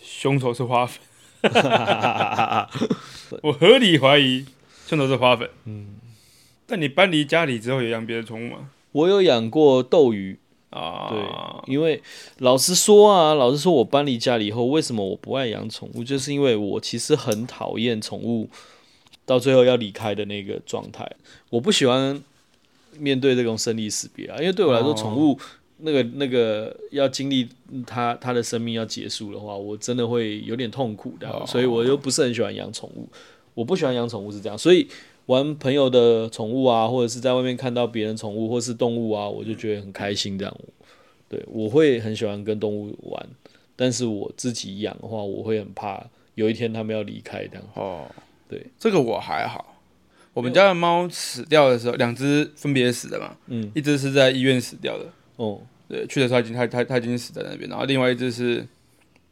[SPEAKER 2] 凶手是花粉，我合理怀疑凶手是花粉。嗯，但你搬离家里之后有养别的宠物吗？
[SPEAKER 1] 我有养过斗鱼，
[SPEAKER 2] 啊，
[SPEAKER 1] 对，因为老实说啊，老实说，我搬离家里以后，为什么我不爱养宠物？就是因为我其实很讨厌宠物到最后要离开的那个状态，我不喜欢面对这种生离死别啊，因为对我来说，
[SPEAKER 2] 哦
[SPEAKER 1] 宠物。那个那个要经历它它的生命要结束的话，我真的会有点痛苦的，啊
[SPEAKER 2] 哦
[SPEAKER 1] 所以我又不是很喜欢养宠物。我不喜欢养宠物是这样，所以玩朋友的宠物啊，或者是在外面看到别人宠物或是动物啊，我就觉得很开心这样。对，我会很喜欢跟动物玩，但是我自己养的话，我会很怕有一天它们要离开这样。
[SPEAKER 2] 哦，
[SPEAKER 1] 对，
[SPEAKER 2] 这个我还好。我们家的猫死掉的时候，两只分别死的嘛，
[SPEAKER 1] 嗯，
[SPEAKER 2] 一只是在医院死掉的，
[SPEAKER 1] 哦，
[SPEAKER 2] 对，去的时候它已经它它它已经死在那边，然后另外一只是，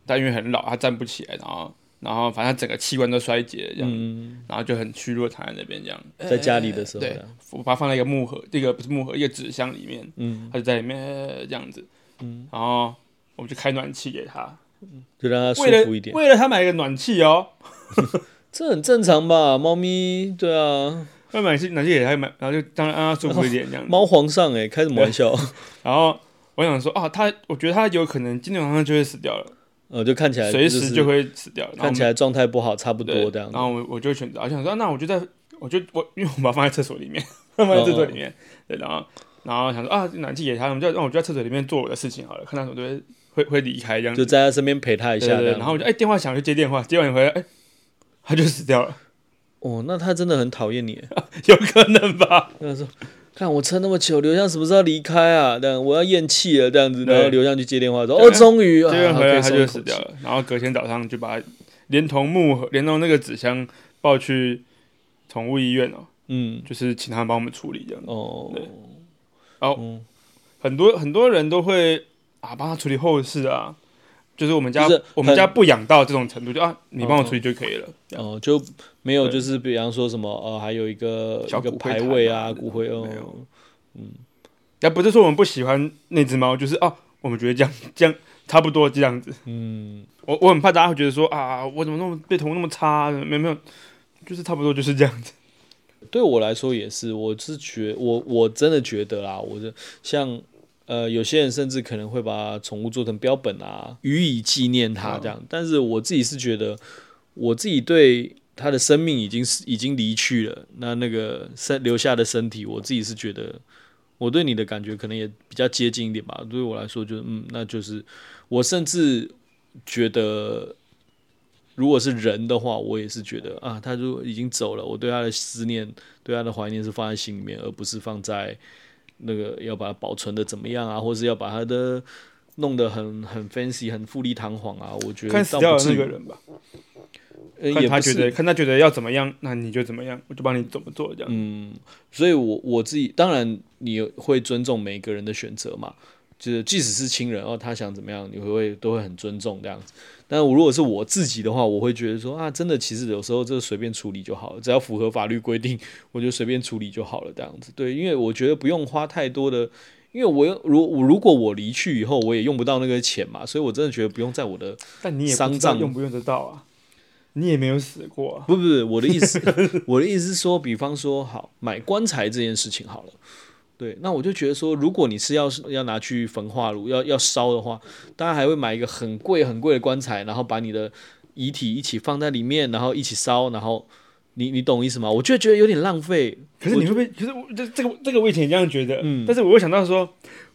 [SPEAKER 2] 它因为很老，它站不起来，然后然后反正它整个器官都衰竭这样，
[SPEAKER 1] 嗯，
[SPEAKER 2] 然后就很虚弱躺在那边这样。
[SPEAKER 1] 在家里的时候这
[SPEAKER 2] 对
[SPEAKER 1] 样，
[SPEAKER 2] 我把它放在一个木盒，这个不是木盒，一个纸箱里面，
[SPEAKER 1] 嗯，
[SPEAKER 2] 它就在里面、呃这样子，嗯，然后我们就开暖气给它，
[SPEAKER 1] 就让它舒
[SPEAKER 2] 为了
[SPEAKER 1] 服一点，
[SPEAKER 2] 为了它买一个暖气哦，
[SPEAKER 1] 这很正常吧？猫咪，对啊，
[SPEAKER 2] 要买暖气暖气给它买，然后就当然让它舒服一点这 样子。
[SPEAKER 1] 猫皇上哎、开什么玩笑？
[SPEAKER 2] 然后我想说啊，它我觉得它有可能今天晚上就会死掉了，
[SPEAKER 1] 呃，就看起来
[SPEAKER 2] 随
[SPEAKER 1] 是
[SPEAKER 2] 时就会死掉，然后我
[SPEAKER 1] 看
[SPEAKER 2] 们
[SPEAKER 1] 起来状态不好，差不
[SPEAKER 2] 对
[SPEAKER 1] 多这样子
[SPEAKER 2] 然。后我我就选择，我想说，那我就在，我就我因为我把它放在厕所里面，放在厕所里
[SPEAKER 1] 嗯
[SPEAKER 2] 面，对，然后然后想说啊，暖气给他，我们就那我就在厕所里面做我的事情好了，看他什么就会会会离开这样
[SPEAKER 1] 就
[SPEAKER 2] 子，
[SPEAKER 1] 在他身边陪他一
[SPEAKER 2] 对
[SPEAKER 1] 下
[SPEAKER 2] 对
[SPEAKER 1] 这
[SPEAKER 2] 对，
[SPEAKER 1] 样。
[SPEAKER 2] 然后我就哎、电话响，我就接电话，接完回来，哎、他就死掉了，
[SPEAKER 1] 哦，那他真的很讨厌你欸。
[SPEAKER 2] 有可能吧？
[SPEAKER 1] 他说：“ 看我撑那么久，刘向什么时候离开啊？这样我要咽气了，这样子。”
[SPEAKER 2] 对
[SPEAKER 1] 然后刘向去接电话说：“
[SPEAKER 2] 对
[SPEAKER 1] 哦，终于啊，
[SPEAKER 2] 接完回来
[SPEAKER 1] 可以
[SPEAKER 2] 他
[SPEAKER 1] 松一
[SPEAKER 2] 就
[SPEAKER 1] 口
[SPEAKER 2] 死
[SPEAKER 1] 气
[SPEAKER 2] 掉。了，然后隔天早上就把它连同木盒，连同那个纸箱抱去宠物医院哦，”
[SPEAKER 1] 嗯，
[SPEAKER 2] 就是请他们帮我们处理这样。
[SPEAKER 1] 哦，
[SPEAKER 2] 对哦
[SPEAKER 1] 嗯
[SPEAKER 2] 很多很多人都会啊帮他处理后事啊，就是我们家
[SPEAKER 1] 就是很
[SPEAKER 2] 我们家不养到这种程度，就啊你帮我
[SPEAKER 1] 嗯嗯
[SPEAKER 2] 处理就可以了。这样
[SPEAKER 1] 哦，就没有，就是比方说什么呃，还有一个
[SPEAKER 2] 小
[SPEAKER 1] 一个
[SPEAKER 2] 骨灰
[SPEAKER 1] 牌
[SPEAKER 2] 坛
[SPEAKER 1] 位
[SPEAKER 2] 啊
[SPEAKER 1] 啊，
[SPEAKER 2] 那种
[SPEAKER 1] 骨灰
[SPEAKER 2] 没
[SPEAKER 1] 哦
[SPEAKER 2] 有，但不是说我们不喜欢那只猫，就是啊我们觉得这样这样差不多这样子。
[SPEAKER 1] 嗯，
[SPEAKER 2] 我我很怕大家会觉得说啊我怎么那么对宠物那么差、没有没有，就是差不多就是这样子。
[SPEAKER 1] 对我来说也是，我是觉我我真的觉得啦，我的像呃，有些人甚至可能会把宠物做成标本啊，予以纪念它这样。但是我自己是觉得，我自己对它的生命已经是已经离去了，那那个身留下的身体，我自己是觉得，我对你的感觉可能也比较接近一点吧。对我来说就，嗯，那就是我甚至觉得。如果是人的话，我也是觉得啊，他如果已经走了，我对他的思念、对他的怀念是放在心里面，而不是放在那个要把它保存的怎么样啊，或是要把它的弄得很很 fancy、很富丽堂皇啊。我觉得
[SPEAKER 2] 看死
[SPEAKER 1] 倒
[SPEAKER 2] 掉
[SPEAKER 1] 不
[SPEAKER 2] 的
[SPEAKER 1] 至
[SPEAKER 2] 那
[SPEAKER 1] 于
[SPEAKER 2] 个人吧，
[SPEAKER 1] 呃
[SPEAKER 2] 看
[SPEAKER 1] 也
[SPEAKER 2] 他
[SPEAKER 1] 不
[SPEAKER 2] 觉
[SPEAKER 1] 是
[SPEAKER 2] 得看他觉得要怎么样，那你就怎么样，我就帮你怎么做这样。
[SPEAKER 1] 嗯，所以我我自己当然你会尊重每个人的选择嘛，就是即使是亲人哦，他想怎么样，你会会都会很尊重这样子。但我如果是我自己的话，我会觉得说啊，真的其实有时候这个随便处理就好了，只要符合法律规定，我就随便处理就好了这样子。对，因为我觉得不用花太多的。因为我如我如果我离去以后，我也用不到那个钱嘛，所以我真的觉得不用在我的
[SPEAKER 2] 但你也不
[SPEAKER 1] 丧
[SPEAKER 2] 知道
[SPEAKER 1] 葬
[SPEAKER 2] 用不用得到啊，你也没有死过、啊。
[SPEAKER 1] 不不不，我的意思， 我的意思是说，比方说，好买棺材这件事情好了，对，那我就觉得说，如果你是要要拿去焚化炉要要烧的话，当然还会买一个很贵很贵的棺材，然后把你的遗体一起放在里面，然后一起烧，然后你你懂意思吗？我就觉得有点浪费，
[SPEAKER 2] 可是你会不会？可是我这这个这个我以前也这样觉得，
[SPEAKER 1] 嗯
[SPEAKER 2] 但是我又想到说，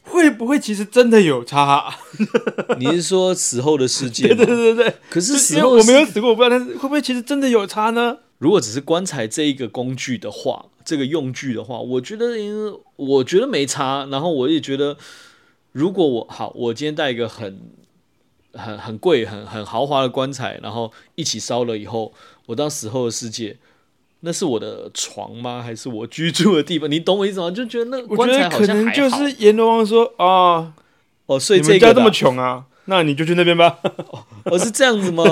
[SPEAKER 2] 会不会其实真的有差、啊？
[SPEAKER 1] 你是说死后的世界
[SPEAKER 2] 对 对
[SPEAKER 1] 吗？
[SPEAKER 2] 对对，
[SPEAKER 1] 可是
[SPEAKER 2] 就是
[SPEAKER 1] 死
[SPEAKER 2] 因为
[SPEAKER 1] 后
[SPEAKER 2] 我
[SPEAKER 1] 的
[SPEAKER 2] 没
[SPEAKER 1] 世
[SPEAKER 2] 有死过，我不知道，但是会不会其实真的有差呢？
[SPEAKER 1] 如果只是棺材这一个工具的话，这个用具的话，我觉得，嗯我觉得没差。然后我也觉得，如果我好，我今天带一个很很很贵、很很豪华的棺材，然后一起烧了以后，我到死后的世界，那是我的床吗？还是我居住的地方？你懂我意思吗？就觉得那
[SPEAKER 2] 我
[SPEAKER 1] 棺
[SPEAKER 2] 觉
[SPEAKER 1] 材
[SPEAKER 2] 得
[SPEAKER 1] 好
[SPEAKER 2] 可
[SPEAKER 1] 像还
[SPEAKER 2] 能
[SPEAKER 1] 好
[SPEAKER 2] 就是阎罗王说啊，
[SPEAKER 1] 哦，所以
[SPEAKER 2] 你
[SPEAKER 1] 这
[SPEAKER 2] 们
[SPEAKER 1] 个的
[SPEAKER 2] 家这么穷啊，那你就去那边吧。
[SPEAKER 1] 哦，是这样子 吗？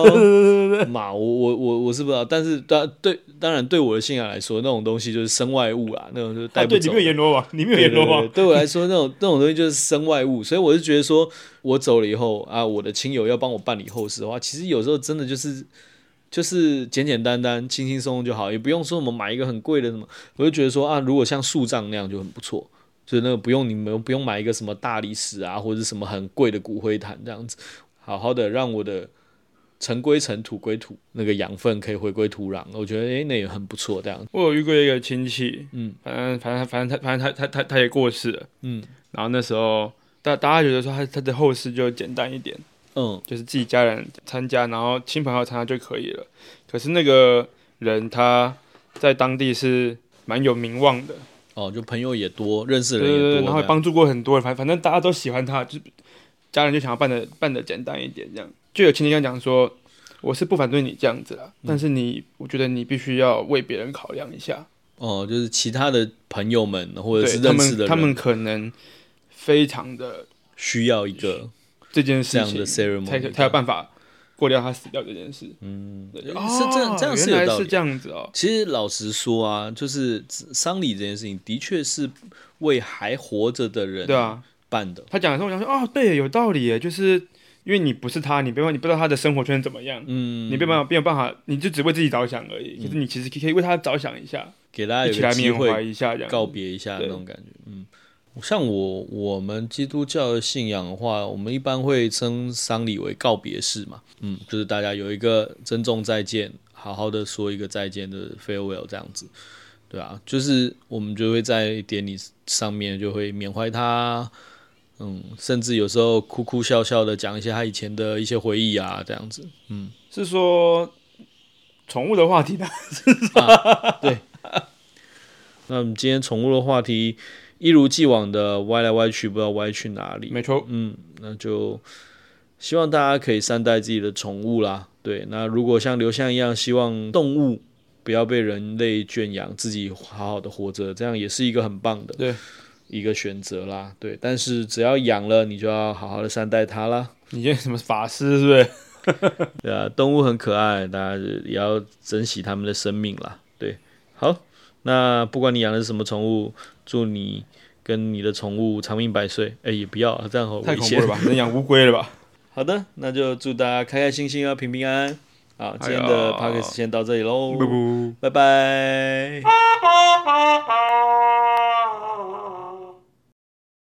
[SPEAKER 1] 嘛，我我我我是不知道，但是当对当然对我的信仰来说，那种东西就是身外物啊，那种就是带
[SPEAKER 2] 啊，
[SPEAKER 1] 不
[SPEAKER 2] 对，
[SPEAKER 1] 走
[SPEAKER 2] 你
[SPEAKER 1] 的。
[SPEAKER 2] 没有阎罗王，你没有
[SPEAKER 1] 对
[SPEAKER 2] 阎罗
[SPEAKER 1] 对
[SPEAKER 2] 王
[SPEAKER 1] 对，。对我来说，那种那种东西就是身外物，所以我就觉得说，我走了以后啊，我的亲友要帮我办理后事的话，其实有时候真的就是就是简简单单、轻轻松松就好，也不用说我们买一个很贵的什么。我就觉得说啊，如果像树葬那样就很不错，就是那个不用你们不用买一个什么大理石啊，或者是什么很贵的骨灰坛这样子，好好的让我的。尘归尘，土归土，那个养分可以回归土壤，我觉得诶、那也很不错。这样，
[SPEAKER 2] 我有遇过一个亲戚，
[SPEAKER 1] 嗯，
[SPEAKER 2] 反正反正反正他反正他他他他也过世了，
[SPEAKER 1] 嗯
[SPEAKER 2] 然后那时候大大家觉得说他他的后事就简单一点，
[SPEAKER 1] 嗯
[SPEAKER 2] 就是自己家人参加，然后亲朋好友参加就可以了。可是那个人他在当地是蛮有名望的，
[SPEAKER 1] 哦，就朋友也多，认识
[SPEAKER 2] 对
[SPEAKER 1] 的人
[SPEAKER 2] 对
[SPEAKER 1] 也多，
[SPEAKER 2] 对，然
[SPEAKER 1] 这
[SPEAKER 2] 后也
[SPEAKER 1] 样
[SPEAKER 2] 帮助过很多人，反反正大家都喜欢他，就是家人就想要办的办的简单一点，这样就有亲戚这样讲说。我是不反对你这样子啦，
[SPEAKER 1] 嗯
[SPEAKER 2] 但是你，我觉得你必须要为别人考量一下，
[SPEAKER 1] 哦，就是其他的朋友们或者
[SPEAKER 2] 对
[SPEAKER 1] 是
[SPEAKER 2] 他
[SPEAKER 1] 认识的
[SPEAKER 2] 们，
[SPEAKER 1] 人，
[SPEAKER 2] 他们可能非常的
[SPEAKER 1] 需要一个
[SPEAKER 2] 这件
[SPEAKER 1] 这
[SPEAKER 2] 事
[SPEAKER 1] 样
[SPEAKER 2] 情
[SPEAKER 1] 的 ceremony，
[SPEAKER 2] 才可才有办法过掉他死掉这件事。
[SPEAKER 1] 嗯，
[SPEAKER 2] 对
[SPEAKER 1] 是
[SPEAKER 2] 哦
[SPEAKER 1] 这样这样是
[SPEAKER 2] 原
[SPEAKER 1] 有
[SPEAKER 2] 来
[SPEAKER 1] 道
[SPEAKER 2] 是
[SPEAKER 1] 理
[SPEAKER 2] 这。样子哦，
[SPEAKER 1] 其实老实说啊，就是丧礼这件事情，的确是为还活着的人
[SPEAKER 2] 对啊，
[SPEAKER 1] 办的。
[SPEAKER 2] 他讲的时候，我想说，哦，对，有道理耶，就是因为你不是他，你没办法，你不知道他的生活圈怎么样，
[SPEAKER 1] 嗯，
[SPEAKER 2] 你没办法，没有办法，你就只为自己着想而已。可是你其实可以为他着想一下，
[SPEAKER 1] 给大家
[SPEAKER 2] 一
[SPEAKER 1] 有
[SPEAKER 2] 起
[SPEAKER 1] 个
[SPEAKER 2] 来
[SPEAKER 1] 机
[SPEAKER 2] 缅怀
[SPEAKER 1] 会
[SPEAKER 2] 一下，这样
[SPEAKER 1] 告别一下
[SPEAKER 2] 对
[SPEAKER 1] 那种感觉。嗯，像我我们基督教的信仰的话，我们一般会称丧礼为告别式嘛。嗯，就是大家有一个珍重再见，好好的说一个再见的 farewell 这样子，对啊，就是我们就会在典礼上面就会缅怀他，嗯，甚至有时候哭哭笑笑的讲一些他以前的一些回忆啊，这样子，嗯，
[SPEAKER 2] 是说宠物的话题呢？
[SPEAKER 1] 那我们今天宠物的话题一如既往的歪来歪去，不知道歪去哪里。
[SPEAKER 2] 没错，
[SPEAKER 1] 嗯，那就希望大家可以善待自己的宠物啦。对，那如果像刘向一样，希望动物不要被人类圈养，自己好好的活着，这样也是一个很棒的
[SPEAKER 2] 对
[SPEAKER 1] 一个选择啦。对，但是只要养了，你就要好好的善待它啦。
[SPEAKER 2] 你这什么法师是不是？
[SPEAKER 1] 对啊，动物很可爱，大家也要珍惜它们的生命啦。对，好，那不管你养的是什么宠物，祝你跟你的宠物长命百岁。哎，也不要啊这样好
[SPEAKER 2] 太
[SPEAKER 1] 危
[SPEAKER 2] 恐
[SPEAKER 1] 险
[SPEAKER 2] 怖了。吧？能养乌龟了 吧？
[SPEAKER 1] 好的，那就祝大家开开心心啊，平平安安。好，今天的
[SPEAKER 2] 哎
[SPEAKER 1] p
[SPEAKER 2] 呀
[SPEAKER 1] o d c a s 先到这里喽，
[SPEAKER 2] 不不。
[SPEAKER 1] 拜拜。
[SPEAKER 3] Bye.